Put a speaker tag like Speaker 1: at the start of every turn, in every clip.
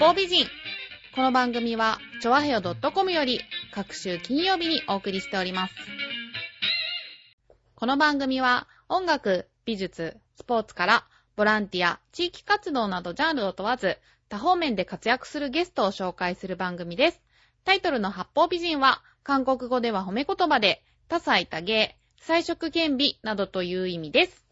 Speaker 1: 方美人。この番組は、ちょわへよ .com より、各週金曜日にお送りしております。この番組は、音楽、美術、スポーツから、ボランティア、地域活動などジャンルを問わず、多方面で活躍するゲストを紹介する番組です。タイトルの八方美人は、韓国語では褒め言葉で、多彩多芸、彩色兼美などという意味です。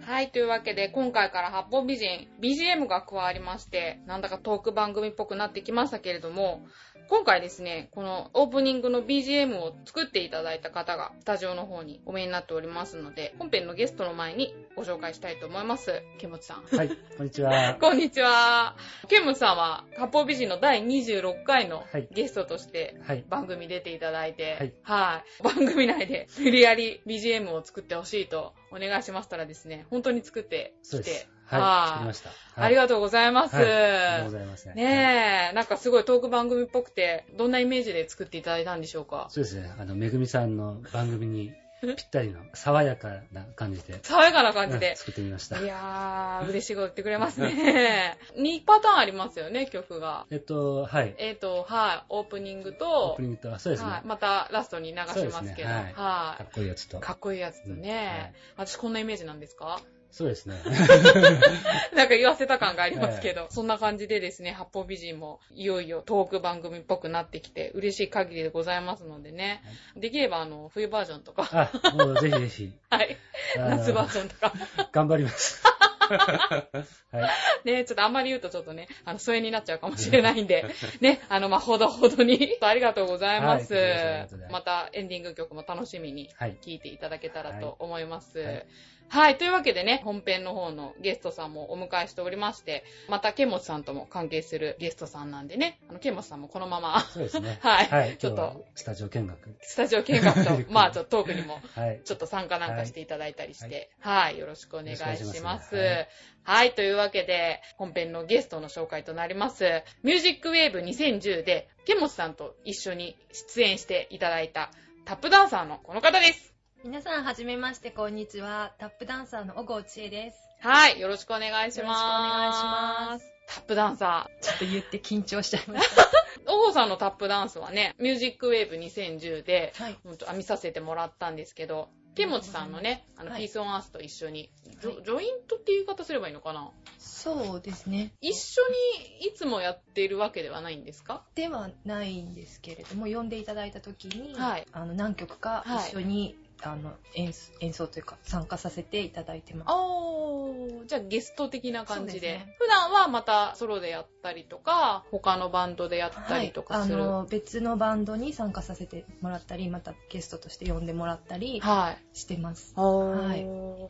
Speaker 1: はい、というわけで、今回から八方美人、BGM が加わりまして、なんだかトーク番組っぽくなってきましたけれども、今回ですね、このオープニングの BGM を作っていただいた方が、スタジオの方にお見えになっておりますので、本編のゲストの前にご紹介したいと思います。ケムチさん。
Speaker 2: はい、こんにちは。
Speaker 1: こんにちは。ケムさんは、八方美人の第26回の
Speaker 2: はい
Speaker 1: ゲストとして、
Speaker 2: はい、
Speaker 1: 番組出ていただいて、は
Speaker 2: はいい、
Speaker 1: 番組内で無理やり BGM を作ってほしいとお願いしましたらですね、本当に作って
Speaker 2: そう
Speaker 1: き
Speaker 2: です
Speaker 1: て、。
Speaker 2: はい、作りました。はい
Speaker 1: ありがとうございます。
Speaker 2: はいありがとうございますね。はい
Speaker 1: ねえ、なんかすごいトーク番組っぽくて、どんなイメージで作っていただいたんでしょうか
Speaker 2: そうですね、あの、めぐみさんの番 組にぴったりの爽やかな感じで、
Speaker 1: 爽やかな感じ
Speaker 2: う
Speaker 1: で
Speaker 2: ん。作ってみました。
Speaker 1: いやー、嬉しいこと言ってくれますね。2パターンありますよね、曲が。
Speaker 2: えっと、はい、
Speaker 1: えっ、と、はい、オープニング
Speaker 2: オー
Speaker 1: と
Speaker 2: プ、ニングと、あそうですね、
Speaker 1: はい、またラストに流
Speaker 2: そ
Speaker 1: し
Speaker 2: うで
Speaker 1: ますす
Speaker 2: ね
Speaker 1: けど、
Speaker 2: はい
Speaker 1: は
Speaker 2: かっこいいやつ
Speaker 1: い
Speaker 2: と。
Speaker 1: かっこいいやつとね、私こんなイメージなんですか
Speaker 2: そうですね。
Speaker 1: なんか言わせた感がありますけど、そんな感じでですね、八方美人もいよいよトーク番組っぽくなってきて、嬉しい限りでございますのでね、できればあの、冬バージョンとか、
Speaker 2: あ、もうぜひぜひ、
Speaker 1: はい、
Speaker 2: あの
Speaker 1: 夏バージョンとか、
Speaker 2: 頑張り ます。はい、
Speaker 1: ね、ちょっとあんまり言うとちょっとね、あの、疎遠になっちゃうかもしれないん で、ね、あの、まあ、ほどほどに、ありがとうございます。
Speaker 2: はいこちらこそありがとうございま
Speaker 1: またエンディング曲も楽しみに
Speaker 2: はい、
Speaker 1: 聞いていただけたら
Speaker 2: はい
Speaker 1: と思います。は
Speaker 2: はいい、
Speaker 1: というわけでね、本編の方のゲストさんもお迎えしておりまして、またケモチさんとも関係するゲストさんなんでね、あのケモチさんもこのまま
Speaker 2: そうですね。
Speaker 1: はい
Speaker 2: はい、
Speaker 1: ち
Speaker 2: 今
Speaker 1: ょっ
Speaker 2: 日
Speaker 1: と
Speaker 2: はスタジオ見学。
Speaker 1: スタジオ見学
Speaker 2: ゆっく
Speaker 1: と、
Speaker 2: り
Speaker 1: まあちょっとトークにも
Speaker 2: はい、
Speaker 1: ちょっと参加なんかしていただいたりして、はい、よろしくお願いします。
Speaker 2: よろしくお願
Speaker 1: はい
Speaker 2: します
Speaker 1: い、というわけで、本編のゲストの紹介となります、ミュージックウェーブ2010で、ケモチさんと一緒に出演していただいた、タップダンサーのこの方です。
Speaker 3: 皆さん、はじめまして、こんにちは。タップダンサーの小郷千恵です。
Speaker 1: はい、よろしくお願いします。。
Speaker 3: よろしくお願いします
Speaker 1: タップダンサ
Speaker 3: ちょっと言って緊張しちゃいました。
Speaker 1: ー。オホさんのタップダンスはね、ミュージックウェーブ2010で、
Speaker 3: はい。
Speaker 1: ほんとあ見させてもらったんですけど、ケモチさんのね、あの、
Speaker 3: はい
Speaker 1: ピースオンアースと一緒に、ジ
Speaker 3: は
Speaker 1: ョジョイントっていう言い方すればいいのかな
Speaker 3: そうですね。
Speaker 1: 一緒にいつもやっているわけではないんですか
Speaker 3: ではないんですけれども、呼んでいただいた時に、
Speaker 1: はい
Speaker 3: あの何曲か
Speaker 1: はい
Speaker 3: 一緒に、あの演奏演奏というか参加させていただいてます。
Speaker 1: おー、じゃあゲスト的な感じで。
Speaker 3: そうですね
Speaker 1: 普段はまたソロでやったりとか、他のバンドでやったりとか
Speaker 3: あ
Speaker 1: する。はい。
Speaker 3: の別のバンドに参加させてもらったり、またゲストとして呼んでもらったりしてます。はい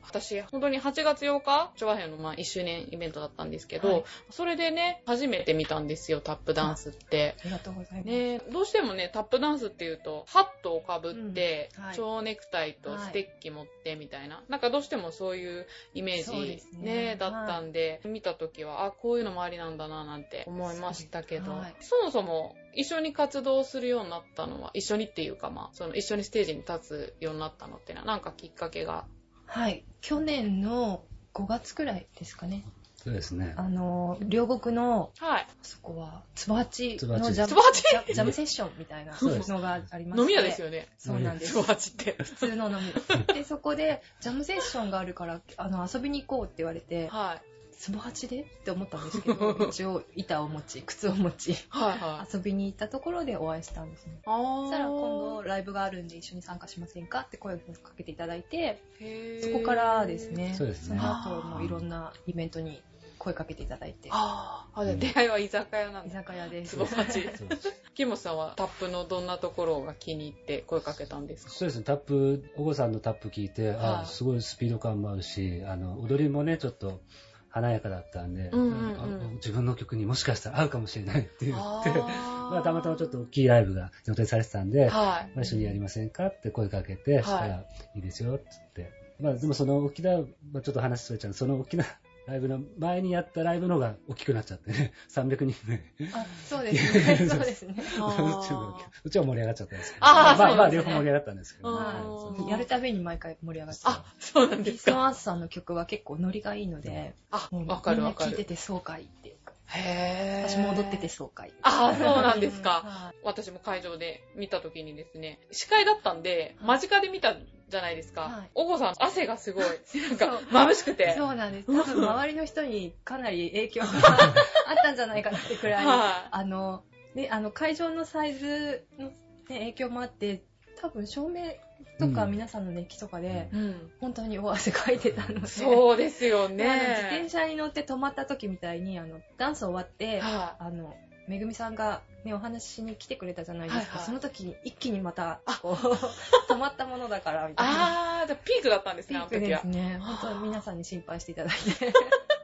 Speaker 1: 私、本当に8月8日、チョアヘのまあ1周年イベントだったんですけど、
Speaker 3: はい
Speaker 1: それでね、初めて見たんですよ、タップダンスって。
Speaker 3: ありがとうございます。
Speaker 1: ね、どうしてもね、タップダンスっていうと、ハットをかぶって、
Speaker 3: うんはい
Speaker 1: 蝶ネクタイとステッキ持ってみたいな、なんかどうしてもそういうイメー
Speaker 3: そう
Speaker 1: ジ
Speaker 3: で、すね
Speaker 1: ねだったんで、見た時は、あ、こういうのもありなんだな、なんて思いましたけど、
Speaker 3: そうですはい
Speaker 1: そもそも一緒に活動するようになったのは、一緒にっていうか、まあ、その一緒にステージに立つようになったのってのは、なんかきっかけが
Speaker 3: はい。去年の5月くらいですかね。
Speaker 2: そうですね。
Speaker 3: あの両国の
Speaker 1: はい。
Speaker 3: そこは、つばはちのジャ
Speaker 1: つ
Speaker 3: ム
Speaker 1: ばはち
Speaker 3: ジャジャムセッションみたいな
Speaker 2: そうです
Speaker 3: のがありまして
Speaker 1: 飲み屋ですよ ね。
Speaker 3: そうなんで
Speaker 1: つ
Speaker 3: す
Speaker 1: ば。はちって。
Speaker 3: 普通の飲 み。で、そこで、ジャムセッションがあるから、あの、遊びに行こうって言われて、
Speaker 1: はい。
Speaker 3: つぼはちでって思ったんですけど、 一応、板を持ち、靴を持ち、
Speaker 1: はいはい。
Speaker 3: 遊びに行ったところでお会いしたんですね。
Speaker 1: あー
Speaker 3: そしたら、今度、ライブがあるんで一緒に参加しませんかって声をかけていただいて、
Speaker 1: へー
Speaker 3: そこからですね、
Speaker 2: そうですね
Speaker 3: の後、もういろんなイベントに声かけていただいて、
Speaker 1: あーあ、じゃあ
Speaker 2: うん
Speaker 1: 出会いは居酒屋なん
Speaker 3: 居
Speaker 1: だ。
Speaker 3: 酒屋で
Speaker 1: つ
Speaker 3: す
Speaker 1: ば。はち。
Speaker 2: そうです
Speaker 1: 木本さんはタップのどんなところが気に入って声かけたんですか
Speaker 2: そうですね、タップ、お子さんのタップ聞いて、
Speaker 1: はい
Speaker 2: あすごいスピード感もあるし、あの、踊りもね、ちょっと華やかだったんで、
Speaker 1: うんうんうん
Speaker 2: ああ自分の曲にもしかしたら合うかもしれないって言って、
Speaker 1: あ
Speaker 2: まあ、たまたまちょっと大きいライブが予定されてたん
Speaker 1: は
Speaker 2: で、
Speaker 1: い。
Speaker 2: まあ一緒にやりませんかって声かけて、したら、いいですよ、っつって。まあ、でもその大きな、まあ、ちょっと話しれちゃうその大きなライブの前にやったライブの方が大きくなっちゃって ね、300人目。
Speaker 3: あ、そうです ね。そうですね。
Speaker 1: あー
Speaker 2: うちのうちは盛り上がっちゃったんですけど、
Speaker 1: あー
Speaker 2: まあ、まあ、
Speaker 1: そうなんですね
Speaker 2: 両方盛り上がったんですけど、ね
Speaker 1: うん
Speaker 2: はいそう
Speaker 3: やるたびに毎回盛り上がって
Speaker 1: あ、そうなん
Speaker 3: ピ
Speaker 1: で
Speaker 3: ー
Speaker 1: す
Speaker 3: ス・オン
Speaker 1: か。
Speaker 3: アースさんの曲は結構ノリがいいので、
Speaker 1: あ、
Speaker 3: もう
Speaker 1: わかるわか
Speaker 3: みんな聴いて
Speaker 1: る。
Speaker 3: て爽快っていうか。
Speaker 1: へ
Speaker 4: 私戻ってて爽快。
Speaker 1: ああ、そうなんですか。
Speaker 3: は
Speaker 1: 私も会場で見た時にですね、司会だったんで、間近で見たじゃないです
Speaker 3: は
Speaker 1: か
Speaker 3: い。
Speaker 1: おごさん、汗がすごい、なんか
Speaker 3: そう、
Speaker 1: 眩しく
Speaker 3: い
Speaker 1: て。
Speaker 3: そうな んです。多分周りの人にかなり影響が あったんじゃないかなってくらい。
Speaker 1: は
Speaker 3: あの、ね、あの会場のサイズの、ね、影響もあって、多分照明とか
Speaker 2: うん
Speaker 3: 皆さんの熱気とかで、
Speaker 1: い。うん。
Speaker 3: 本当に大汗かいてたので。
Speaker 1: そうですよ
Speaker 3: であの自
Speaker 1: ね
Speaker 3: 転。車に乗って止まった時みたいに、あの、ダンス終わって、
Speaker 1: は
Speaker 3: あの、めぐみさんがね、お話ししに来てくれたじゃないです
Speaker 1: はい
Speaker 3: か。
Speaker 1: はい
Speaker 3: その時に一気にまた、 こう、止まったものだから、み
Speaker 1: い。
Speaker 3: たいな。
Speaker 1: あー、じゃあピークだったんです
Speaker 3: ピ
Speaker 1: ね、あの
Speaker 3: ーク
Speaker 1: 時
Speaker 3: で
Speaker 1: は
Speaker 3: す。ね。本当に皆さんに心配していただい て、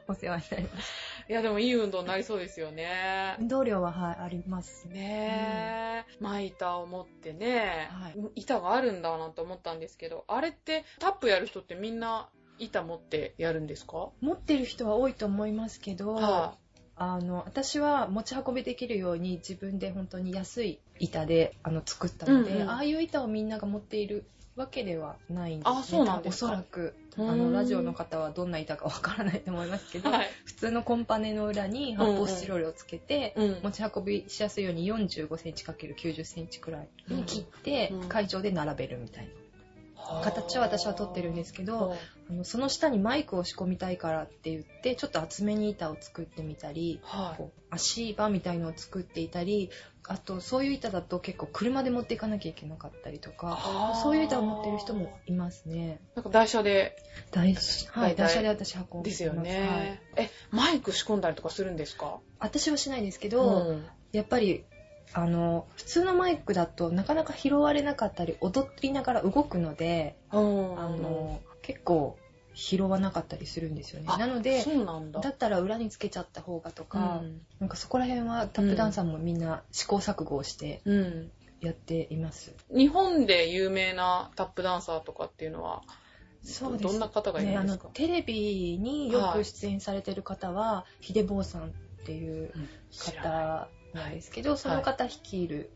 Speaker 3: お世話になります。
Speaker 1: いや、でもいい運動になりそうですよね。
Speaker 3: 運動量は、はい、ありますね。
Speaker 1: ねえ、まい板を持ってね、
Speaker 4: はい
Speaker 1: 板があるんだなと思ったんですけど、あれってタップやる人ってみんな板持ってやるんですか
Speaker 3: 持ってる人は多いと思いますけど、
Speaker 1: は
Speaker 3: あの私は持ち運びできるように自分で本当に安い板であの作ったので、
Speaker 1: うんうん
Speaker 3: ああいう板をみんなが持っているわけではないんです、ね、
Speaker 1: あそうなんですか
Speaker 3: おそらくあ
Speaker 1: うん
Speaker 3: のラジオの方はどんな板かわからないと思いますけど、
Speaker 1: はい。
Speaker 3: 普通のコンパネの裏に発泡スチロールをつけて、
Speaker 1: うん
Speaker 3: 持ち運びしやすいように4 5センチ ×90 センチくらいに切って、
Speaker 1: うん
Speaker 3: 会場で並べるみたいな形を私は取ってるんですけど、あのその下にマイクを仕込みたいからって言ってちょっと厚めに板を作ってみたり
Speaker 1: はい。
Speaker 3: こう足場みたいのを作っていたりあとそういう板だと結構車で持っていかなきゃいけなかったりと
Speaker 1: あ
Speaker 3: か
Speaker 1: ー
Speaker 3: そういう板を持ってる人もいますね
Speaker 1: なんか台車で、
Speaker 3: 台車はい
Speaker 1: 大体
Speaker 3: 台車で私運ん
Speaker 1: で
Speaker 3: でます
Speaker 1: すよ
Speaker 3: はい
Speaker 1: ね。え、マイク仕込んだりとかするんですか
Speaker 3: 私はしないですけど、
Speaker 1: ん
Speaker 3: やっぱりあの普通のマイクだとなかなか拾われなかったり踊りながら動くので、
Speaker 1: うん
Speaker 3: あの結構拾わなかったりするんですよね
Speaker 1: あ
Speaker 3: なので
Speaker 1: そうなんだ。
Speaker 3: だったら裏につけちゃった方がとか、
Speaker 1: うん
Speaker 3: なんかそこら辺はタップダンサーもみんな試行錯誤をして
Speaker 1: うん。
Speaker 3: やっています。
Speaker 1: 日本で有名なタップダンサーとかっていうのは、どんな方がい
Speaker 3: ね、
Speaker 1: る
Speaker 3: あ
Speaker 1: んで
Speaker 3: の
Speaker 1: すか、
Speaker 3: テレビによく出演されてる方は、ひでぼうさんっていう
Speaker 1: 知らない
Speaker 3: 方なんですけど、その方率いる、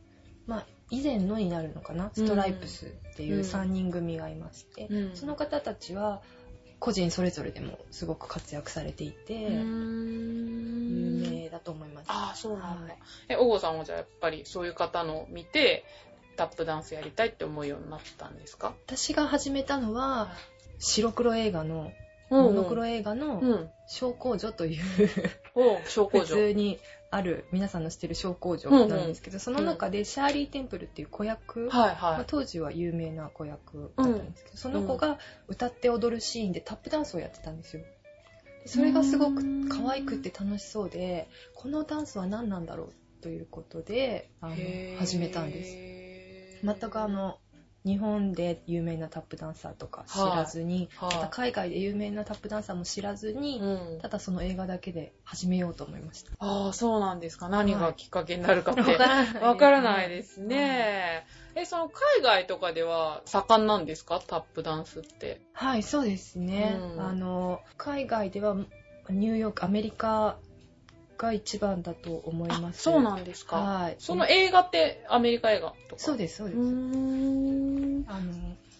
Speaker 3: まあ以前のになるのかな、ストライプスっていううん3人組がいまして、
Speaker 1: うん
Speaker 3: その方たちは個人それぞれでもすごく活躍されていて、
Speaker 1: うーん
Speaker 3: 有名だと思います。
Speaker 1: ああ、そうなんだ
Speaker 3: はい。
Speaker 1: え、おごさんはじゃあやっぱりそういう方のを見て、タップダンスやりたいって思うようになったんですか
Speaker 3: 私が始めたのは白黒映画の
Speaker 1: う
Speaker 3: モ
Speaker 1: ん
Speaker 3: ノクロ映画の
Speaker 1: うん。
Speaker 3: 小工女という
Speaker 1: お小工
Speaker 3: 普
Speaker 1: 場。
Speaker 3: 通にある皆さんの知ってる小工女なんですけど、その中でシャーリー・テンプルっていう子役、
Speaker 1: はい
Speaker 3: まあ
Speaker 1: は
Speaker 3: 当時は有名な子役だったんですけど、その子が歌って踊るシーンでタップダンスをやってたんですよ。でそれがすごく可愛くて楽しそうでこのダンスは何なんだろうということであの
Speaker 1: い。へー
Speaker 3: 始めたんです。全くあ、の日本で有名なタップダンサーとか知らずに、
Speaker 1: はいはい
Speaker 3: また海外で有名なタップダンサーも知らずに、
Speaker 1: うん
Speaker 3: た。だその映画だけで始めようと思いました。
Speaker 1: ああ、そうなんですか。何がきっかけになるかっ て。
Speaker 3: ら な
Speaker 1: わからないですね。え、その海外とかでは盛んなんですかタップダンスって。
Speaker 3: はい、そうですね。
Speaker 1: うん
Speaker 3: あの海外ではニューヨーク、アメリカが一番だと思います。
Speaker 1: そうなんですか。
Speaker 3: はい。
Speaker 1: その映画ってアメリカ映画とか。
Speaker 3: そう
Speaker 1: で
Speaker 3: ですそう
Speaker 1: す
Speaker 3: です。
Speaker 1: ん。
Speaker 3: あの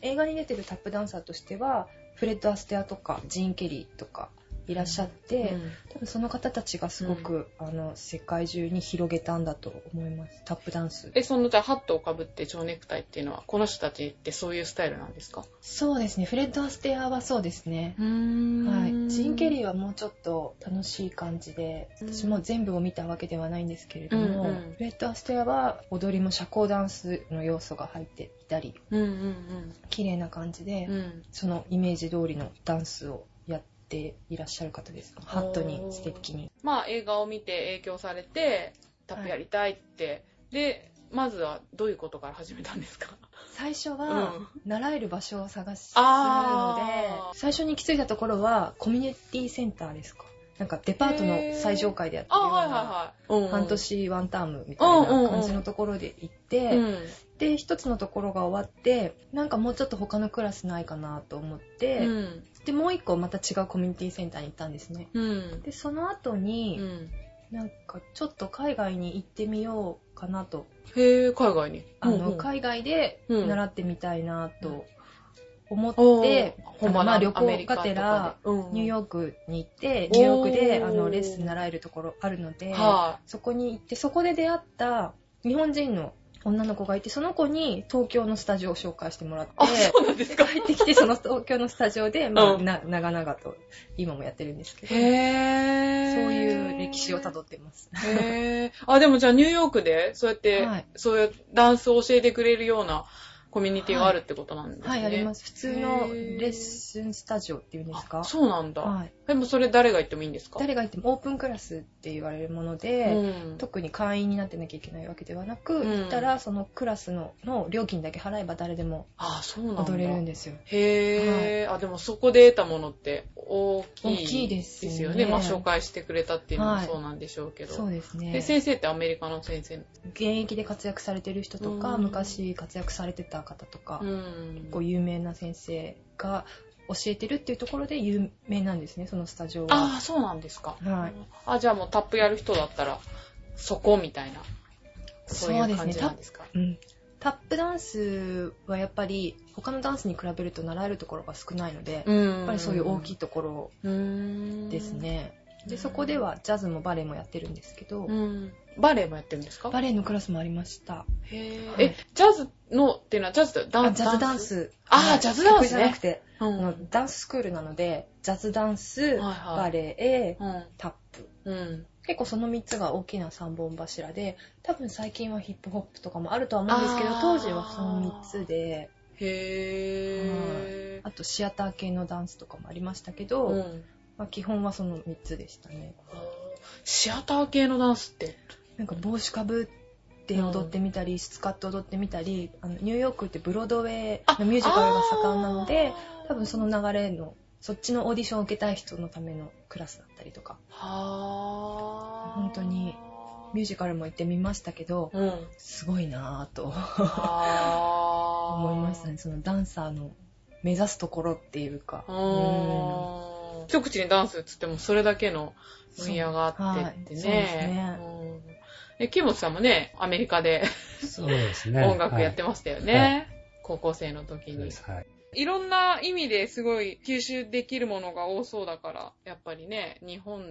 Speaker 3: 映画に出てるタップダンサーとしてはフレッド・アステアとかジーン・ケリーとかいらっしゃって、多分その方たちがすごく、あの世界中に広げたんだと思いますタップダンス
Speaker 1: え、そのじゃあハットをかぶって蝶ネクタイっていうのは、この人たちってそういうスタイルなんですか
Speaker 3: そうですねフレッド・アステアはそうですね、
Speaker 1: ん
Speaker 3: はい、ジン・ケ
Speaker 1: ー
Speaker 3: リーはもうちょっと楽しい感じで
Speaker 1: うん
Speaker 3: 私も全部を見たわけではないんですけれども、
Speaker 1: うんうん
Speaker 3: フレッド・アステアは踊りも社交ダンスの要素が入っていたり
Speaker 1: うんうん
Speaker 3: 綺麗な感じで、
Speaker 1: うん。うん。
Speaker 3: そのイメージ通りのダンスをやっていらっしゃる方ですハットに素敵に
Speaker 1: まあ映画を見て影響されて、タップやりたいって。で、まずはどういうことから始めたんですか
Speaker 3: 最初は
Speaker 1: うん
Speaker 3: 習える場所を探すので
Speaker 1: あー
Speaker 3: 最初に行き着いたところはコミュニティセンターですかなんかデパートの最上階でやってる
Speaker 1: あ、
Speaker 3: よう
Speaker 1: はい
Speaker 3: な
Speaker 1: はいはい。うん
Speaker 3: 半。年ワンタームみたいな感じのところで行って、
Speaker 1: うん。
Speaker 3: で一つのところが終わってなんかもうちょっと他のクラスないかなと思って、
Speaker 1: うん。
Speaker 3: でもう一個また違うコミュニティセンターに行ったんですね
Speaker 1: うん。
Speaker 3: でその後
Speaker 1: う
Speaker 3: に、
Speaker 1: ん
Speaker 3: なんかちょっと海外に行ってみようかなと
Speaker 1: へえ、海外に。
Speaker 3: あの、
Speaker 1: うんうん
Speaker 3: 海外で
Speaker 1: うん
Speaker 3: 習ってみたいなと思っ
Speaker 1: おー
Speaker 3: て、
Speaker 1: ほんまだ
Speaker 3: まあ旅
Speaker 1: アメ
Speaker 3: 行
Speaker 1: リカ
Speaker 3: が
Speaker 1: とか
Speaker 3: て
Speaker 1: で
Speaker 3: ら、
Speaker 1: うん
Speaker 3: ニューヨークに行って、ニューヨークで
Speaker 1: おー
Speaker 3: あのレッスン習えるところあるので、
Speaker 1: は
Speaker 3: そこに行って、そこで出会った日本人の女の子がいて、その子に東京のスタジオを紹介してもらって、
Speaker 1: い。あ、そうなんですか。
Speaker 3: 帰ってきて、その東京のスタジオで、まあ、
Speaker 1: うん
Speaker 3: な長々と今もやってるんですけど、そう
Speaker 1: へー。
Speaker 3: いう歴史をたどってます。
Speaker 1: へー。あ、でもじゃあニューヨークで、そうやって、
Speaker 3: はい
Speaker 1: そういうダンスを教えてくれるようなコミュニティがあるってことなんですね。。
Speaker 3: はい、ありますす。普通のレッスンスタジオっていうんですか
Speaker 1: あ、そうなんだ。
Speaker 3: はい。
Speaker 1: でもそれ誰が行ってもいいんですか
Speaker 3: 誰が行ってもオープンクラスって言われるもの
Speaker 1: う
Speaker 3: で、
Speaker 1: ん。
Speaker 3: 特に会員になってなきゃいけないわけではなく、
Speaker 1: うん
Speaker 3: 行ったらそのクラスのの料金だけ払えば誰でも
Speaker 1: あ、そうなんだ。
Speaker 3: 踊れるんですよ。
Speaker 1: へー、あ、でもそこで得たものって大きい。
Speaker 3: 大きいですよね
Speaker 1: よね。まあ紹介してくれたっていうのもそうなんでしょうけど。
Speaker 3: そうですね
Speaker 1: で、。先生ってアメリカの先生。
Speaker 3: 現役で活躍されてる人とか、
Speaker 1: うん
Speaker 3: 昔活躍されてた方とか、
Speaker 1: ん
Speaker 3: 結構有名な先生が教えてるっていうところで有名なんですね、そのスタジオ
Speaker 1: あ
Speaker 3: は。
Speaker 1: あ、そうなんですか。
Speaker 3: はい
Speaker 1: あ、じゃあもうタップやる人だったら、そこみたいな。そういう感じ
Speaker 3: タ
Speaker 1: なん
Speaker 3: ッ
Speaker 1: ですか。
Speaker 3: うんタップダンスはやっぱり他のダンスに比べると習えるところが少ないので、
Speaker 1: や
Speaker 3: やっぱりそういう大きい
Speaker 1: い
Speaker 3: ところで。
Speaker 1: です
Speaker 3: ね。
Speaker 1: うん
Speaker 3: で、そこではジャズもバレエもやってるんですけ
Speaker 1: う
Speaker 3: ど、
Speaker 1: ん。バレエもやってるんですか
Speaker 3: バレエのクラスもありました。
Speaker 1: へー
Speaker 3: はい
Speaker 1: え、ジャズのっていうのはジャズとダ
Speaker 3: あ
Speaker 1: ン
Speaker 3: ジャズダン。ス。
Speaker 1: あー
Speaker 3: はい
Speaker 1: ジャズダンスね
Speaker 3: 曲じゃなくて、
Speaker 1: ダ
Speaker 3: あ
Speaker 1: ン
Speaker 3: のダンススクールなので、ジャズダンス、
Speaker 1: はいはい
Speaker 3: バレエ、
Speaker 1: うん。うん
Speaker 3: タップ。
Speaker 1: うん。
Speaker 3: 結構その3つが大きな3本柱で、多分最近はヒップホップとかもあるとは思うんですけど
Speaker 1: あ、ー
Speaker 3: 当時はその3つで、
Speaker 1: へぇ
Speaker 3: あとシアター系のダンスとかもありましたけ
Speaker 1: ー。
Speaker 3: ど、
Speaker 1: うん。
Speaker 3: まあ、基本はその3つでしたね。
Speaker 1: シアター系のダンスって。
Speaker 3: なんか帽子かぶって踊ってみたり、スカッと踊ってみたりあのニューヨークってブロードウェイのミュージカルが盛んなので多分その流れのそっちのオーディションを受けたい人のためのクラスだったりとか
Speaker 1: は
Speaker 3: 本当にミュージカルも行ってみましたけど
Speaker 1: うん。
Speaker 3: すごいなぁと
Speaker 1: あー
Speaker 3: 思いましたねそのダンサーの目指すところっていうかうん
Speaker 1: うん一口にダンスっつってもそれだけの分野があってって
Speaker 3: そうはいそうで
Speaker 1: ね
Speaker 3: すね。
Speaker 1: うんえ、木本さんもね、アメリカで
Speaker 2: そうですね。
Speaker 1: 音楽やって
Speaker 2: ま
Speaker 1: ましたよね。
Speaker 2: は
Speaker 1: 高校生の時
Speaker 2: そうで
Speaker 1: に。
Speaker 2: す。はい。
Speaker 1: いろんな意味ですごい吸収できるものが多そうだから、やっぱりね、日本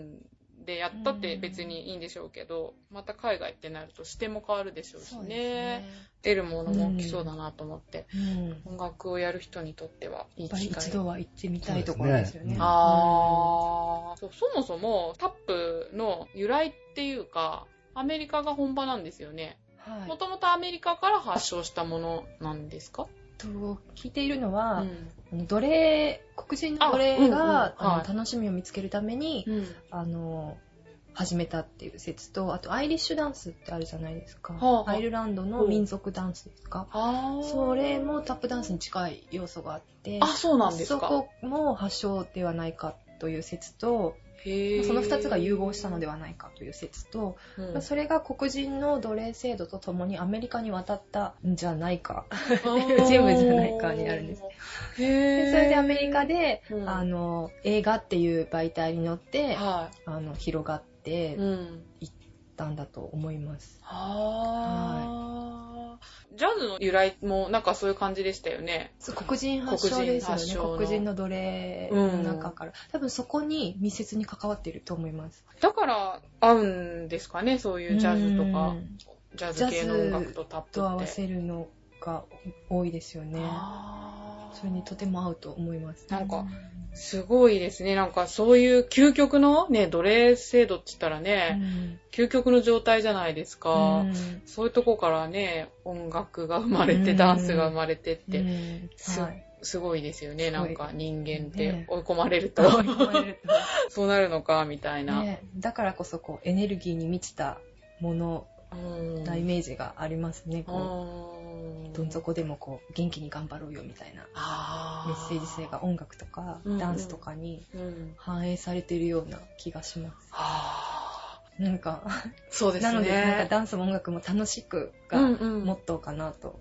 Speaker 1: でやったって別にいいんでしょうけど、また海外ってなると視点も変わるでしょうし
Speaker 3: そうです
Speaker 1: ね。
Speaker 3: ね、
Speaker 1: 得るものも大きそうだなと思って、
Speaker 3: うん、やっ
Speaker 1: 音楽をやる人にとってはいい
Speaker 3: ぱり
Speaker 1: 機会
Speaker 3: 一度は行ってみたいところですよ
Speaker 2: そ
Speaker 3: ね
Speaker 2: うですね
Speaker 1: あーそうそもそもタップの由来っていうか、アメリカが本場なんですよね。
Speaker 3: うんはい
Speaker 1: もともとアメリカから発祥したものなんですか、
Speaker 3: と聞いているのは、
Speaker 1: うん
Speaker 3: あの奴隷黒人の奴隷
Speaker 1: あう
Speaker 3: が
Speaker 1: んうん
Speaker 3: あ
Speaker 1: はい
Speaker 3: の楽しみを見つけるために、あの始めたっていう説とあとアイリッシュダンスってあるじゃないですか、
Speaker 1: あはあ
Speaker 3: アイルランドの民族ダンスですか、
Speaker 1: あー
Speaker 3: それもタップダンスに近い要素があって
Speaker 1: あ、そうなんです
Speaker 3: そ
Speaker 1: か。
Speaker 3: こも発祥ではないかという説と
Speaker 1: へー
Speaker 3: その2つが融合したのではないかという説と、
Speaker 1: うん
Speaker 3: まあそれが黒人の奴隷制度とともにアメリカに渡ったんじゃないか
Speaker 1: あー
Speaker 3: 全部じゃないかになるんです。
Speaker 1: へー
Speaker 3: でそれでアメリカで、
Speaker 1: うん
Speaker 3: あの映画っていう媒体に乗って、
Speaker 1: は
Speaker 3: あの広がって
Speaker 1: い。
Speaker 3: いっ
Speaker 1: ん。
Speaker 3: たんだと思います。
Speaker 1: あージャズの由来もなんかそういう感じでしたよね。
Speaker 3: そう黒人発祥で
Speaker 1: 黒人
Speaker 3: すよ
Speaker 1: 発
Speaker 3: ね。
Speaker 1: 祥の
Speaker 3: 黒人の奴隷の中から、多分そこに密接に関わっていると思います。
Speaker 1: だから合うんですかね、そういうジャズとか
Speaker 3: う。ん
Speaker 1: ジャズ系の音楽とタップって。
Speaker 3: と合わせるのが多いですよね。
Speaker 1: あー
Speaker 3: それにとても合うと思います。
Speaker 1: なんか、すごいですね。なんかそういう究極のね、奴隷制度って言ったら
Speaker 3: う
Speaker 1: ね、
Speaker 3: ん
Speaker 1: 究極の状態じゃないですか。
Speaker 3: うん
Speaker 1: そういうとこからね、音楽が生まれて、
Speaker 3: うん
Speaker 1: ダンスが生まれてっ
Speaker 3: う
Speaker 1: て、
Speaker 3: ん
Speaker 1: す
Speaker 3: はい
Speaker 1: すごいですよね。
Speaker 3: す
Speaker 1: な
Speaker 3: ご
Speaker 1: ん
Speaker 3: い
Speaker 1: か人間っ
Speaker 3: ね
Speaker 1: て追い込まれ ると、
Speaker 3: 追い込まれると
Speaker 1: そうなるのか、みたいな。
Speaker 3: ね、だからこそこうエネルギーに満ちたもの
Speaker 1: うん
Speaker 3: なイメージがありますね、こ
Speaker 1: うん
Speaker 3: うどん底でもこう元気に頑張ろうよみたいな
Speaker 1: あ
Speaker 3: メッセージ性が音楽とか
Speaker 1: うんうん
Speaker 3: ダンスとかに
Speaker 1: うん
Speaker 3: 反映されてるような気がします。
Speaker 1: あー
Speaker 3: なんか、
Speaker 1: そうですね。
Speaker 3: なのでなんかダンスも音楽も楽しく
Speaker 1: うん
Speaker 3: が
Speaker 1: うん
Speaker 3: モットーかなと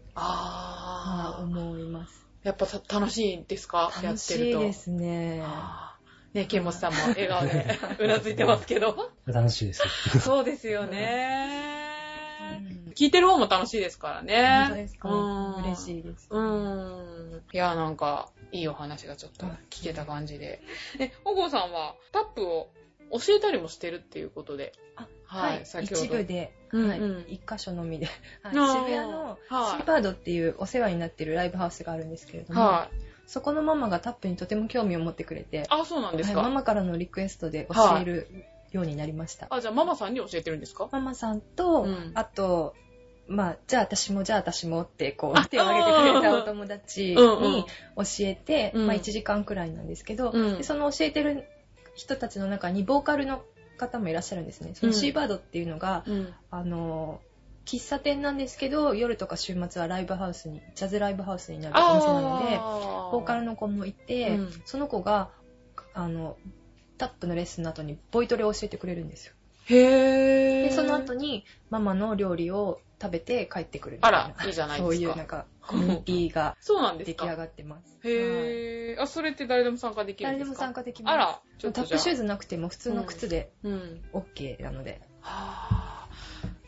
Speaker 1: ああ、
Speaker 3: はい思います。
Speaker 1: やっぱた楽しいんですかや
Speaker 3: 楽
Speaker 1: っ
Speaker 3: して
Speaker 1: る
Speaker 3: い
Speaker 1: と。
Speaker 3: ですね。
Speaker 1: あーね、ケンモスさんも笑顔 でうなずいてますけど。
Speaker 2: 楽しいです。
Speaker 1: そうですよね。
Speaker 3: うん
Speaker 1: 聞いてる方も楽しいですから
Speaker 3: 本当で
Speaker 1: ね。
Speaker 3: すか
Speaker 1: うん
Speaker 3: 嬉しいです。
Speaker 1: うーん。いや、なんか、いいお話がちょっと聞けた感じで。え、保護さんは、タップを教えたりもしてるっていうことで。
Speaker 3: あ
Speaker 1: は
Speaker 3: はいい、
Speaker 1: 先ほど
Speaker 3: 一部で、
Speaker 1: うん
Speaker 3: はい
Speaker 1: うん
Speaker 3: 一箇所のみで、は い、
Speaker 1: あー
Speaker 3: 渋谷の
Speaker 1: はい
Speaker 3: シーパードっていうお世話になってるライブハウスがあるんですけれども、
Speaker 1: はい。
Speaker 3: そこのママがタップにとても興味を持ってくれて、
Speaker 1: あ、そうなんです
Speaker 3: はいマ
Speaker 1: か。
Speaker 3: マからのリクエストで教えるようになりました。
Speaker 1: あ、じゃあママさんに教えてるんですか
Speaker 3: ママさんと、
Speaker 1: うん
Speaker 3: あと、まあ、じゃあ私も、じゃあ私もって、こ
Speaker 1: あ
Speaker 3: う、手を挙げてくれたお友達
Speaker 1: うんうん
Speaker 3: に教えて、
Speaker 1: うん
Speaker 3: まあ、1時間くらいなんですけど、
Speaker 1: うん
Speaker 3: でその教えてる人たちの中に、ボーカルの方もいらっしゃるんですね。その
Speaker 1: うん
Speaker 3: シーバードっていうのが、
Speaker 1: うん。
Speaker 3: あの、喫茶店なんですけど、夜とか週末はライブハウスに、ジャズライブハウスになるお店なので、
Speaker 1: あ
Speaker 3: ボーカルの子もいて、
Speaker 1: うん
Speaker 3: その子が、あの、タップのレッスンの後にボイトレを教えてくれるんですよ。
Speaker 1: へー。
Speaker 3: で、その後にママの料理を食べて帰ってくるみた
Speaker 1: あ
Speaker 3: いな。
Speaker 1: ら、いいじゃないですか。
Speaker 3: そういうなんか、コミュニティが
Speaker 1: そうなんで
Speaker 3: 出
Speaker 1: す
Speaker 3: 来上
Speaker 1: か。
Speaker 3: がってます。はい
Speaker 1: へー。あ、それって誰でも参加できるん
Speaker 3: 誰
Speaker 1: で
Speaker 3: ですも
Speaker 1: か
Speaker 3: 参加できます。
Speaker 1: あら、ちょっ
Speaker 3: タ
Speaker 1: と
Speaker 3: ッ
Speaker 1: じゃ
Speaker 3: プ
Speaker 1: あ
Speaker 3: シューズなくても普通の靴で
Speaker 1: うん。
Speaker 3: OK なので。
Speaker 1: はぁ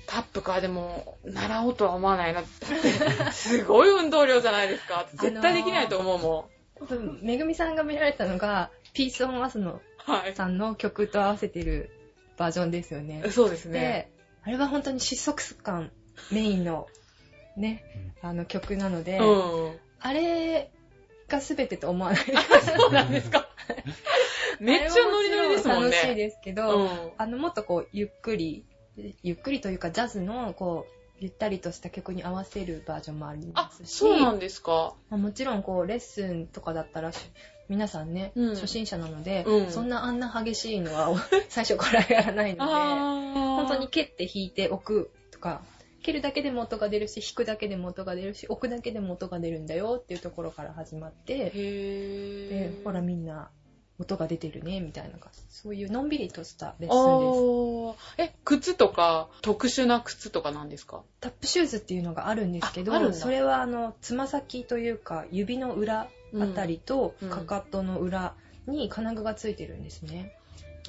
Speaker 1: タップか、でも、習おうとは思わないな。だって、 すごい運動量じゃないですか。絶対できないと思うも
Speaker 3: めぐみさんが見られたのが、ピースオンアスの
Speaker 1: ん。はい。
Speaker 3: さんの曲と合わせてるバージョンですよね。
Speaker 1: そうですね。
Speaker 3: で、あれは本当に失速感メインのね、あの曲なので、
Speaker 1: うん。
Speaker 3: あれが全てと思わない。
Speaker 1: そうなんです か。めっちゃノリノリですもんね。
Speaker 3: 楽しいですけ
Speaker 1: う
Speaker 3: ど、
Speaker 1: ん。
Speaker 3: あの、もっとこう、ゆっくり、ゆっくりというか、ジャズの、こう、ゆったりとした曲に合わせるバージョンもあり
Speaker 1: あ
Speaker 3: ま、すし、
Speaker 1: そうなんですか。
Speaker 3: まあもちろん、こう、レッスンとかだったら、し皆さんね、
Speaker 1: うん
Speaker 3: 初心者なので、
Speaker 1: うん
Speaker 3: そんなあんな激しいのは、お 最初からやらないので、
Speaker 1: 本
Speaker 3: 本当に。蹴って弾いておくとか、蹴るだけでも音が出るし、弾くだけでも音が出るし、置くだけでも音が出るんだよっていうところから始まって、
Speaker 1: へ
Speaker 3: で
Speaker 1: ー。
Speaker 3: ほらみんな音が出てるね、みたいな感じ。そういうのんびりとしたレッ
Speaker 1: あ
Speaker 3: スンで
Speaker 1: ー
Speaker 3: す。
Speaker 1: え、靴とか、特殊な靴とかなんですか
Speaker 3: タップシューズっていうのがあるんですけ
Speaker 1: ああるん
Speaker 3: ど、
Speaker 1: だ
Speaker 3: それはあの、つま先というか、指の裏あたりと
Speaker 1: うん、
Speaker 3: かかとの裏に金具がついてるんですね。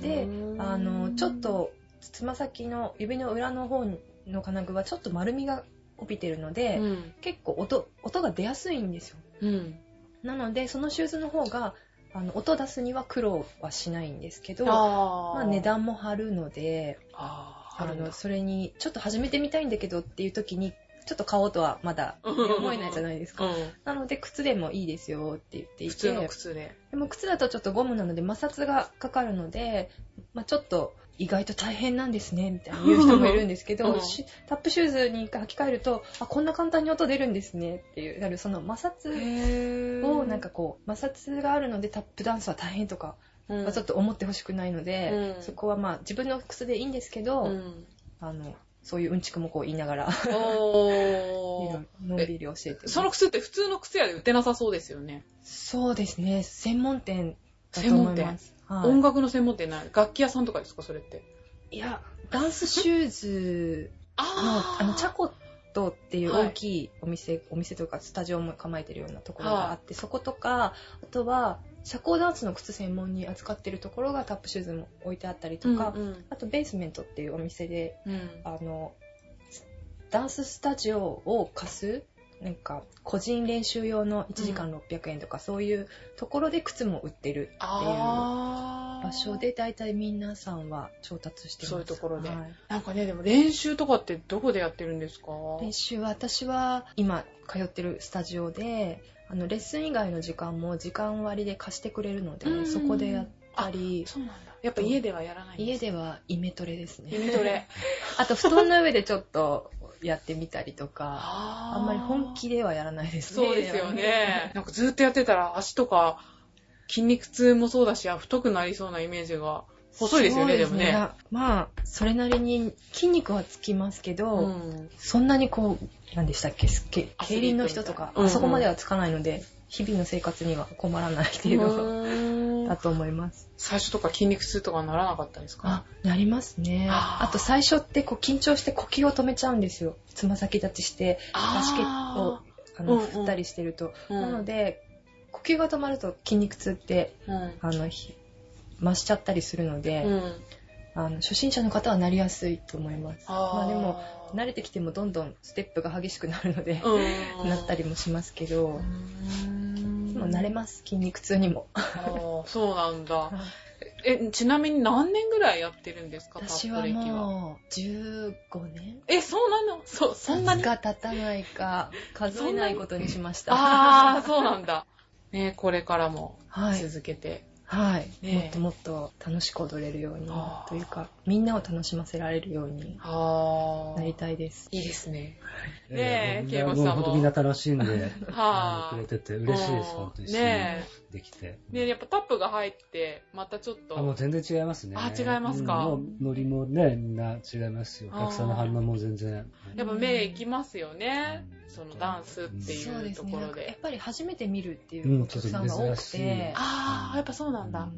Speaker 3: で、あの、ちょっ、と、つま先の指の裏の方の金具はちょっと丸みが帯びてるの
Speaker 1: う
Speaker 3: で、
Speaker 1: ん。
Speaker 3: 結構音音が出やすいんですよ
Speaker 1: うん。
Speaker 3: なのでそのシューズの方があの音出すには苦労はしないんですけど
Speaker 1: あー
Speaker 3: まあ、値。段も張るので
Speaker 1: あー
Speaker 3: あ
Speaker 1: あるんだ
Speaker 3: のそれにちょっと始めてみたいんだけどっていう時にちょっと買おうとはまだ思えないじゃないですか
Speaker 1: う
Speaker 3: なので靴でもいいですよって言って
Speaker 1: ん、
Speaker 3: い
Speaker 1: 普通
Speaker 3: て
Speaker 1: の靴で。
Speaker 3: でも靴だとちょっとゴムなので摩擦がかかるので、まあ、ちょっと意外と大変なんですねみたいな言う人もいるんですけど、
Speaker 1: うん
Speaker 3: シュタップシューズに履き替えるとあこんな簡単に音出るんですねっていうなるその摩擦
Speaker 1: へ
Speaker 3: をなんか、こう摩擦があるのでタップダンスは大変とか、
Speaker 1: うん
Speaker 3: まあちょっと思ってほしくないので、
Speaker 1: うん
Speaker 3: そこはまあ自分の靴でいいんですけど、
Speaker 1: うん
Speaker 3: あのそういううんちくもこう言いながらい
Speaker 1: お
Speaker 3: ろ
Speaker 1: ー
Speaker 3: いろのんびり教えて
Speaker 1: その靴って普通の靴屋で売ってなさそうですよね。
Speaker 3: そうですね専門店だと思います。はい
Speaker 1: 音楽の専門店ない。楽器屋さんとかですか、それって。
Speaker 3: いや、ダンスシューズの、あの、チャコットっていう
Speaker 1: はい
Speaker 3: 大きいお店、お店というかスタジオも構えてるようなところがあって、そことか、あとは、社交ダンスの靴専門に扱ってるところがタップシューズも置いてあったりとか、
Speaker 1: うんうん
Speaker 3: あとベースメントっていうお店で、
Speaker 1: うん
Speaker 3: あの、ダンススタジオを貸す、なんか、個人練習用の1時間600円とか、そういうところで靴も売ってる
Speaker 1: あー
Speaker 3: 場所で、大体皆さんは調達してます。
Speaker 1: そういうところで
Speaker 3: はい
Speaker 1: なんかねでも練習とかってどこでやってるんですか
Speaker 3: 練習は私は今通ってるスタジオであのレッスン以外の時間も時間割で貸してくれるので、
Speaker 1: うん
Speaker 3: そこでやったり
Speaker 1: そうなんだやっぱ家ではやらないん
Speaker 3: 家
Speaker 1: です
Speaker 3: ではイメトレですね
Speaker 1: 家トレ
Speaker 3: あと布団の上でちょっとやってみたりとか
Speaker 1: あ
Speaker 3: あんまり本気ではやらないですね
Speaker 1: そうですよね。なんかずっとやってたら足とか筋肉痛もそうだし、太くなりそうなイメージが。細いですよね
Speaker 3: そう
Speaker 1: でもね
Speaker 3: なまあそれなりに筋肉はつきますけど、
Speaker 1: うん。
Speaker 3: そんなにこう何でしたっけすけ
Speaker 1: アス
Speaker 3: 競
Speaker 1: リートみたい
Speaker 3: 輪の人とか、
Speaker 1: うんうん
Speaker 3: あそこまではつかないので日々の生活には困らないっていうのだと思います
Speaker 1: 最初とか筋肉痛とかならなかったです
Speaker 3: あ
Speaker 1: か、
Speaker 3: なりますね。
Speaker 1: あー
Speaker 3: あと最初ってこう緊張して呼吸を止めちゃうんですよ。つま先立ちして、
Speaker 1: あ
Speaker 3: 足蹴を
Speaker 1: ー
Speaker 3: あの、
Speaker 1: うんうん
Speaker 3: 振ったりしてると。
Speaker 1: うん
Speaker 3: なので、呼吸が止まると筋肉痛って、
Speaker 1: うん
Speaker 3: あの、ひ増しちゃったりするので、
Speaker 1: うん
Speaker 3: あの、初心者の方はなりやすいと思います。まあでも、慣れてきてもどんどんステップが激しくなるので、
Speaker 1: うん
Speaker 3: なったりもしますけど、でも
Speaker 5: も
Speaker 3: 慣れます筋肉痛にも
Speaker 1: あーそうなんだ。え、ちなみに何年ぐらいやってるんですか、タ
Speaker 3: 私
Speaker 1: ッ
Speaker 3: は
Speaker 1: プ歴は。
Speaker 3: もう15年
Speaker 1: え、そうなのそう、そんな
Speaker 3: 立
Speaker 1: に
Speaker 3: つ。か立たないか数えないことにしました
Speaker 1: ああ、そうなんだ。ね、これからも
Speaker 3: はい、
Speaker 1: 続けて。
Speaker 3: はい
Speaker 1: ねえ
Speaker 3: もっともっと楽しく踊れるように
Speaker 1: あー
Speaker 3: というかみんなを楽しませられるように
Speaker 1: ああ。
Speaker 3: なりたいです
Speaker 1: いいですね。
Speaker 2: い
Speaker 1: ねえ
Speaker 2: やい
Speaker 1: 慶
Speaker 2: やも
Speaker 1: 吾
Speaker 2: う
Speaker 1: さんも
Speaker 2: もう本当みんな楽しんで、
Speaker 1: は
Speaker 2: あ の
Speaker 1: あ。
Speaker 2: くれてて嬉しいです、
Speaker 1: うん
Speaker 2: 本当に。
Speaker 1: ね
Speaker 2: できて。
Speaker 1: え。ねえやっぱタップが入って、またちょっと。
Speaker 2: あもう全然違いますね。
Speaker 1: あ違いますか
Speaker 2: うんもうノリもね、みんな違いますよ。お客さんの反応も全然。
Speaker 1: やっぱ目いきますよね、
Speaker 2: うん
Speaker 1: そのダンスってい
Speaker 3: そうで
Speaker 1: う
Speaker 3: す
Speaker 1: と
Speaker 3: ね
Speaker 1: こ
Speaker 3: な
Speaker 1: ろ
Speaker 3: んかや
Speaker 1: で
Speaker 3: っ。ぱり初めて見るっていううんお客さんが
Speaker 2: ち
Speaker 3: 多く
Speaker 2: ょっと珍しい
Speaker 3: て、
Speaker 1: ああ、やっぱそうなんだ。
Speaker 2: う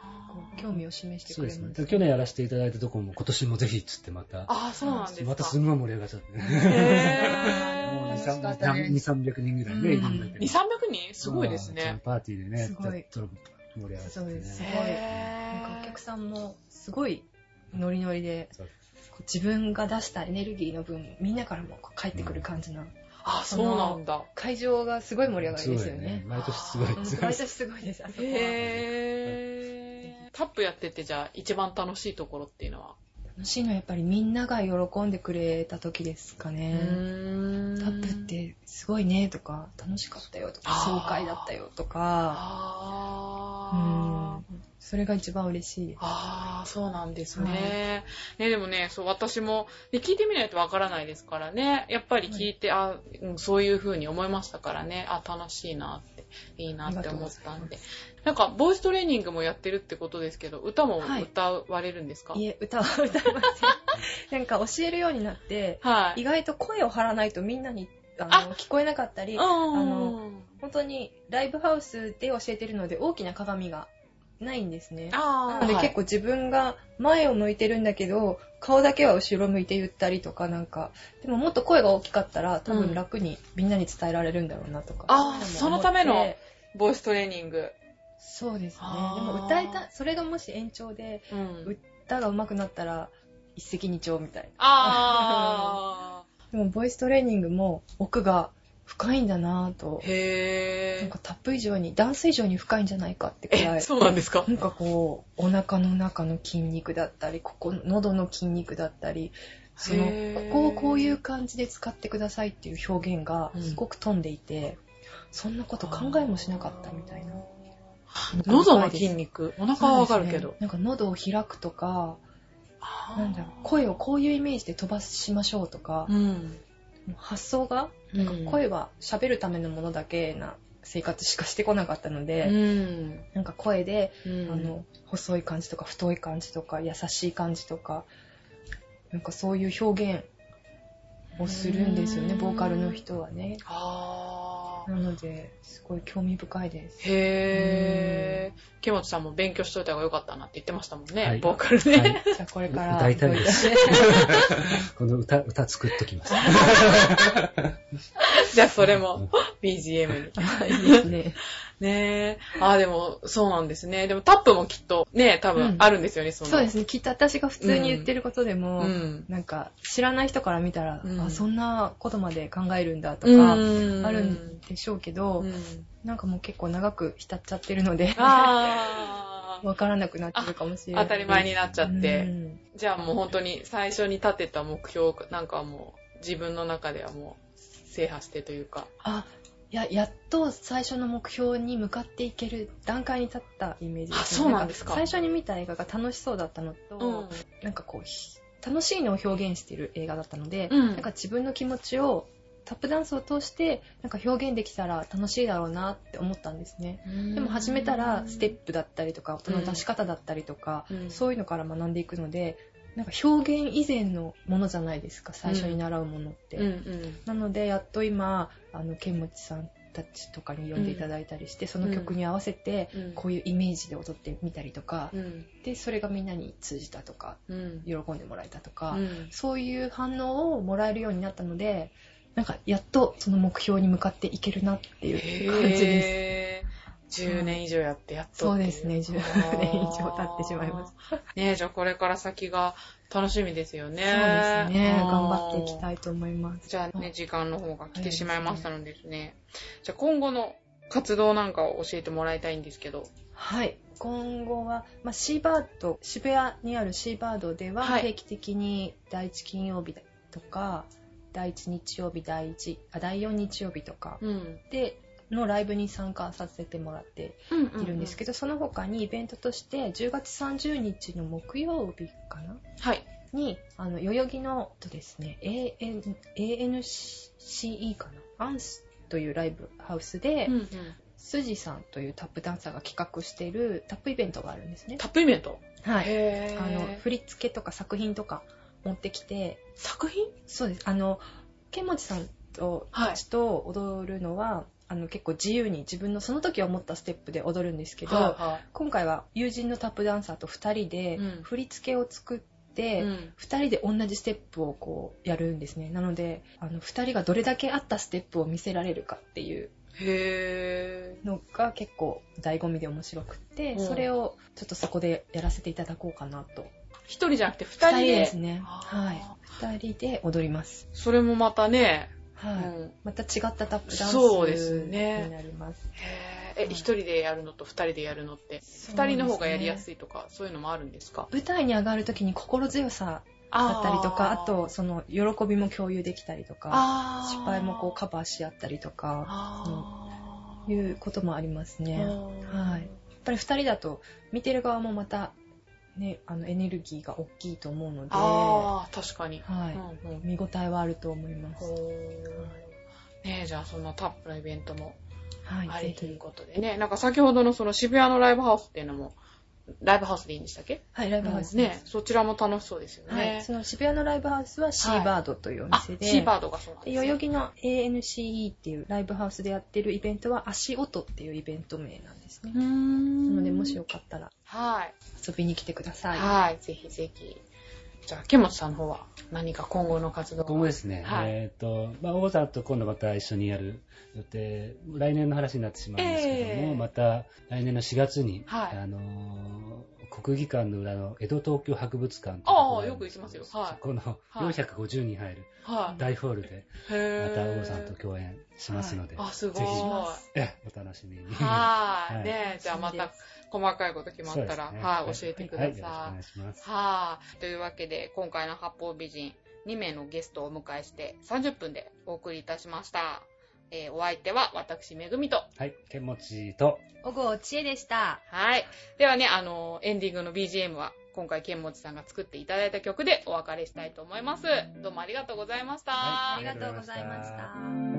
Speaker 1: あー
Speaker 3: 興味を示して
Speaker 2: そう
Speaker 3: くれ
Speaker 2: ですね。
Speaker 3: ま
Speaker 2: です去年やらせていただいたとこも今年もぜひっつってまた、
Speaker 1: ああ、そうなんですか。
Speaker 2: またすんごい盛り上がっちゃってね。もう
Speaker 1: へー
Speaker 2: 2、
Speaker 3: 楽しかっ
Speaker 2: 3
Speaker 3: たです
Speaker 2: 200 300人ぐらいね、いるんだけど
Speaker 1: 2、。300人すごいです
Speaker 2: あー
Speaker 1: ね。
Speaker 2: パーティーでね、
Speaker 3: すごい
Speaker 2: ちょっと盛り上がっちゃって
Speaker 3: そうです
Speaker 2: ね。
Speaker 3: ごい
Speaker 1: へ
Speaker 3: なん
Speaker 1: ー
Speaker 3: かお客さんもすごいノリノリで
Speaker 2: そう
Speaker 3: こう自分が出したエネルギーの分みんなからもこう返ってくる感じな
Speaker 1: ああ、そうなんだ。
Speaker 3: 会場がすごい盛り上がりですよね。
Speaker 2: 毎年すごい。
Speaker 3: うん毎年すごいです、あそこは。
Speaker 1: へータップやってて、じゃあ、一番楽しいところっていうのは。
Speaker 3: 楽しいのはやっぱりみんなが喜んでくれた時ですか
Speaker 1: う
Speaker 3: ね。
Speaker 1: ーん
Speaker 3: タップっ。てすごいねとか、楽しかったよとか、
Speaker 1: あー
Speaker 3: 爽快だったよとか、
Speaker 1: ああ。
Speaker 3: それが一番嬉しいです。
Speaker 1: ああ、そうなんですね。ね、でもね、そう、私も、で聞いてみないとわからないですからね。やっぱり聞いて、あうんそういう風に思いましたからね。あ、楽しいなって、いいなって思ったんで。なんか、ボイストレーニングもやってるってことですけど、歌も
Speaker 3: はい
Speaker 1: 歌われるんですか
Speaker 3: い
Speaker 1: はい。
Speaker 3: え、歌は 歌いません。なんか教えるようになって、意外と声を張らないとみんなにあの聞こえなかったり、の
Speaker 1: うん
Speaker 3: 本当にライブハウスで教えてるので大きな鏡がないんですね。
Speaker 1: あ
Speaker 3: な
Speaker 1: あ、
Speaker 3: ので
Speaker 1: はい
Speaker 3: 結構自分が前を向いてるんだけど、顔だけは後ろ向いて言ったりとかなんか、でももっと声が大きかったら多分楽にみんなに伝えられるんだろうなとか。
Speaker 1: あー
Speaker 3: ういうも思って
Speaker 1: そのための。ボイストレーニング。
Speaker 3: そうですね。で
Speaker 1: あー
Speaker 3: も歌えた、それがもし延長で
Speaker 1: うん。
Speaker 3: 歌が上手くなったら一石二鳥みたいな。
Speaker 1: ああ、
Speaker 3: でもボイストレーニングも奥が深いんだなぁと。
Speaker 1: へ
Speaker 3: なん
Speaker 1: え
Speaker 3: か。タップ以上に、ダンス以上に深いんじゃないかってくら
Speaker 1: え、
Speaker 3: い。
Speaker 1: そうなんですか
Speaker 3: なんかこう、お腹の中の筋肉だったり、ここ、喉の筋肉だったり、その
Speaker 1: へー、
Speaker 3: ここをこういう感じで使ってくださいっていう表現がすごく飛んでいて、そんなこと考えもしなかったみたいな。
Speaker 1: 喉の筋肉、
Speaker 3: 肉
Speaker 1: お腹はわかるけど。
Speaker 3: なんか喉を開くとか、
Speaker 1: あー
Speaker 3: なんだろう、声をこういうイメージで飛ばしましょうとか、
Speaker 1: うん。
Speaker 3: 発想が、
Speaker 1: なん
Speaker 3: なんか声は喋るためのものだけな生活しかしてこなかったので、
Speaker 1: うん。
Speaker 3: なんか声で、
Speaker 1: うん
Speaker 3: あの、細い感じとか太い感じとか優しい感じとか、なんかそういう表現をするんですよね、
Speaker 1: うん
Speaker 3: ボーカルの人はね。
Speaker 1: あー
Speaker 3: なので、すごい興味深いです。
Speaker 1: へー。木本さんも勉強しといた方が良かったなって言ってましたもんね、
Speaker 2: はい
Speaker 1: ボーカルね。
Speaker 2: はい
Speaker 3: じゃあこれから。。
Speaker 2: 歌いたいです この歌、歌作っときます。
Speaker 1: じゃあそれも BGM に。
Speaker 3: いいですね。
Speaker 1: ねえ。あーでも、そうなんですね。でもタップもきっと、ね多分あるんですよね、その。
Speaker 3: そうですね、きっと私が普通に言ってることでも、
Speaker 1: うん。
Speaker 3: なんか知らない人から見たら、
Speaker 1: うん
Speaker 3: あ、そんなことまで考えるんだと
Speaker 1: う
Speaker 3: か、
Speaker 1: ん。
Speaker 3: あるんでしょうけど、
Speaker 1: うん。
Speaker 3: なんかもう結構長く浸っちゃってるので、
Speaker 1: あー。
Speaker 3: わからなくなってるかもしれない。
Speaker 1: 当たり前になっちゃって。
Speaker 3: うん
Speaker 1: じゃあもう本当に最初に立てた目標なんかはもう自分の中ではもう制覇してというか。
Speaker 3: あいややっと最初の目標に向かっていける段階に立ったイメージ
Speaker 1: あそうなんですか
Speaker 3: 最初に見た映画が楽しそうだったのと、なんかこうひ楽しいのを表現している映画だったので、
Speaker 1: うん
Speaker 3: なんか自分の気持ちをタップダンスを通してなんか表現できたら楽しいだろうなって思ったんですねでも始めたらステップだったりとか音の出し方だったりとか、
Speaker 1: うん
Speaker 3: そういうのから学んでいくのでなんか表現以前のものじゃないですか最初に習うものって、
Speaker 1: うんうん。
Speaker 3: なのでやっと今あの剣持さんたちとかに呼んでいただいたりして、その曲に合わせて、
Speaker 1: うん
Speaker 3: こういうイメージで踊ってみたりとか、
Speaker 1: うん。
Speaker 3: でそれがみんなに通じたとか
Speaker 1: うん。
Speaker 3: 喜んでもらえたとか、
Speaker 1: うん
Speaker 3: そういう反応をもらえるようになったのでなんかやっとその目標に向かっていけるなっていう感じです。
Speaker 1: へー10年以上やってやっと
Speaker 3: そう
Speaker 1: ってい
Speaker 3: ですね、10年以上経ってしまいまし。
Speaker 1: あーねじゃあこれから先が楽しみですよね。
Speaker 3: た。そうですね、
Speaker 1: あー
Speaker 3: 頑張っていきたいと思います。
Speaker 1: じゃあね、
Speaker 3: あ
Speaker 1: 時間の方が来てしまいましたのでですね。じゃあ今後の活動なんかを教えてもらいたいんですけど。
Speaker 3: はい。今後は、まあ、シーバード、渋谷にあるシーバードでは、
Speaker 1: はい
Speaker 3: 定期的に第1金曜日とか、第1日曜日、第1、あ、第4日曜日とか
Speaker 1: うん。
Speaker 3: で、のライブに参加させてもらっているんです
Speaker 1: け
Speaker 3: けど、その他にイベントとして、10月30日の木曜日かな
Speaker 1: ど。はい。
Speaker 3: に、あの、代々木の、とですね、AN ANCE かなアンスというライブハウスで、
Speaker 1: うんうん
Speaker 3: スジさんというタップダンサーが企画しているタップイベントがあるんですね。
Speaker 1: タップイベント。
Speaker 3: はい。
Speaker 1: へ
Speaker 3: あの、
Speaker 1: ー。
Speaker 3: 振り付けとか作品とか持ってきて、
Speaker 1: 作品
Speaker 3: そうです。あの、ケンモチさんと、
Speaker 1: はい
Speaker 3: たちと踊るのは、あの、結構自由に自分のその時思ったステップで踊るんですけど、
Speaker 1: はい
Speaker 3: 今回は友人のタップダンサーと2人で
Speaker 1: うん
Speaker 3: 振り付けを作って、
Speaker 1: はいうん
Speaker 3: 2人で同じステップをこうやるんですねなのであの2人がどれだけ合ったステップを見せられるかっていう
Speaker 1: へ
Speaker 3: のが結構醍醐味で面白くって、
Speaker 1: うん
Speaker 3: それをちょっとそこでやらせていただこうかなと
Speaker 1: ー。一人じゃなくて二
Speaker 3: 2
Speaker 1: 人
Speaker 3: 人
Speaker 1: で。
Speaker 3: ですね
Speaker 1: あ
Speaker 3: はい2人で踊ります
Speaker 1: それもまたね、う
Speaker 3: はい、
Speaker 1: ん
Speaker 3: また違ったタップダンス
Speaker 1: そうですね
Speaker 3: になります
Speaker 1: へーえ、
Speaker 3: はい
Speaker 1: 一人でやるのと二人でやるのって、二人の方がやりやすいとか、そういうのもあるんですか
Speaker 3: 舞台に上がる時に心強さだったりとかあと、その喜びも共有できたりとか
Speaker 1: あー
Speaker 3: 失敗もこうカバーし合ったりとか
Speaker 1: あー
Speaker 3: いうこともありますね。やっはいぱり2人だと見てる側もまた、ね、あのエネルギーが大きいと思うので、は
Speaker 1: あー確かに。うんうん
Speaker 3: い、見応えはあると思います。
Speaker 1: ほーねえ、じゃあそのタップのイベントもあ
Speaker 3: はい、
Speaker 1: り
Speaker 3: ぜ
Speaker 1: という
Speaker 3: ひ、
Speaker 1: ことでね、なんか先ほどのその渋谷のライブハウスっていうのも、ライブハウスでいいんでしたっけ
Speaker 3: はい、ライブハウスで
Speaker 1: ね
Speaker 3: す。
Speaker 1: そちらも楽しそうですよ
Speaker 3: は
Speaker 1: ね。
Speaker 3: い、その渋谷のライブハウスはシーバードというお
Speaker 1: あ
Speaker 3: 店、で、
Speaker 1: シーバードがそうなんで
Speaker 3: です
Speaker 1: ね
Speaker 3: 代々木の ANCE っていうライブハウスでやってるイベントは足音っていうイベント名なんですね。
Speaker 1: うー
Speaker 3: なんのでもしよかったら
Speaker 1: はい。
Speaker 3: 遊びに来てください。
Speaker 1: はい。ぜひぜひ。じゃあ、ケモチさんの方は何か今後の活動
Speaker 2: 今後ですね、
Speaker 1: はい
Speaker 2: えっ、と、まあ、王さんと今度また一緒にやる予定、来年の話になってしまうんですけども、
Speaker 1: ええ
Speaker 2: また来年の4月に、
Speaker 1: はい
Speaker 2: あのー国技館の裏の江戸東京博物館というところ
Speaker 1: あ
Speaker 2: が
Speaker 1: あ、
Speaker 2: る
Speaker 1: よ
Speaker 2: ん
Speaker 1: く
Speaker 2: で
Speaker 1: 行き
Speaker 2: けど
Speaker 1: ますよ。は
Speaker 2: そこの
Speaker 1: はい
Speaker 2: 450人入る
Speaker 1: い。は
Speaker 2: 大ホールで、
Speaker 1: い。へ
Speaker 2: ま
Speaker 1: ー
Speaker 2: た王さんと共演しますので、
Speaker 1: あ、すごい
Speaker 2: ぜ。ひ
Speaker 3: は
Speaker 2: ええお楽しみに。
Speaker 1: は。
Speaker 2: はいい
Speaker 1: ねえじゃあまた細かいこと決まったら、
Speaker 2: そうですね
Speaker 1: はい、教えてくだ
Speaker 2: はい、よろしくお
Speaker 1: さ
Speaker 2: 願
Speaker 1: い。
Speaker 2: いします。
Speaker 1: はい。というわけで、今回の八方美人、2名のゲストをお迎えして、30分でお送りいたしました。えーお相手は私、めぐみと、
Speaker 2: はい、ケンモチと、
Speaker 3: 小郷千恵でした。
Speaker 1: はい。ではね、あの、エンディングの BGM は、今回、ケンモチさんが作っていただいた曲でお別れしたいと思います。どうもありがとうございました。
Speaker 2: はい
Speaker 3: ありがとうございました。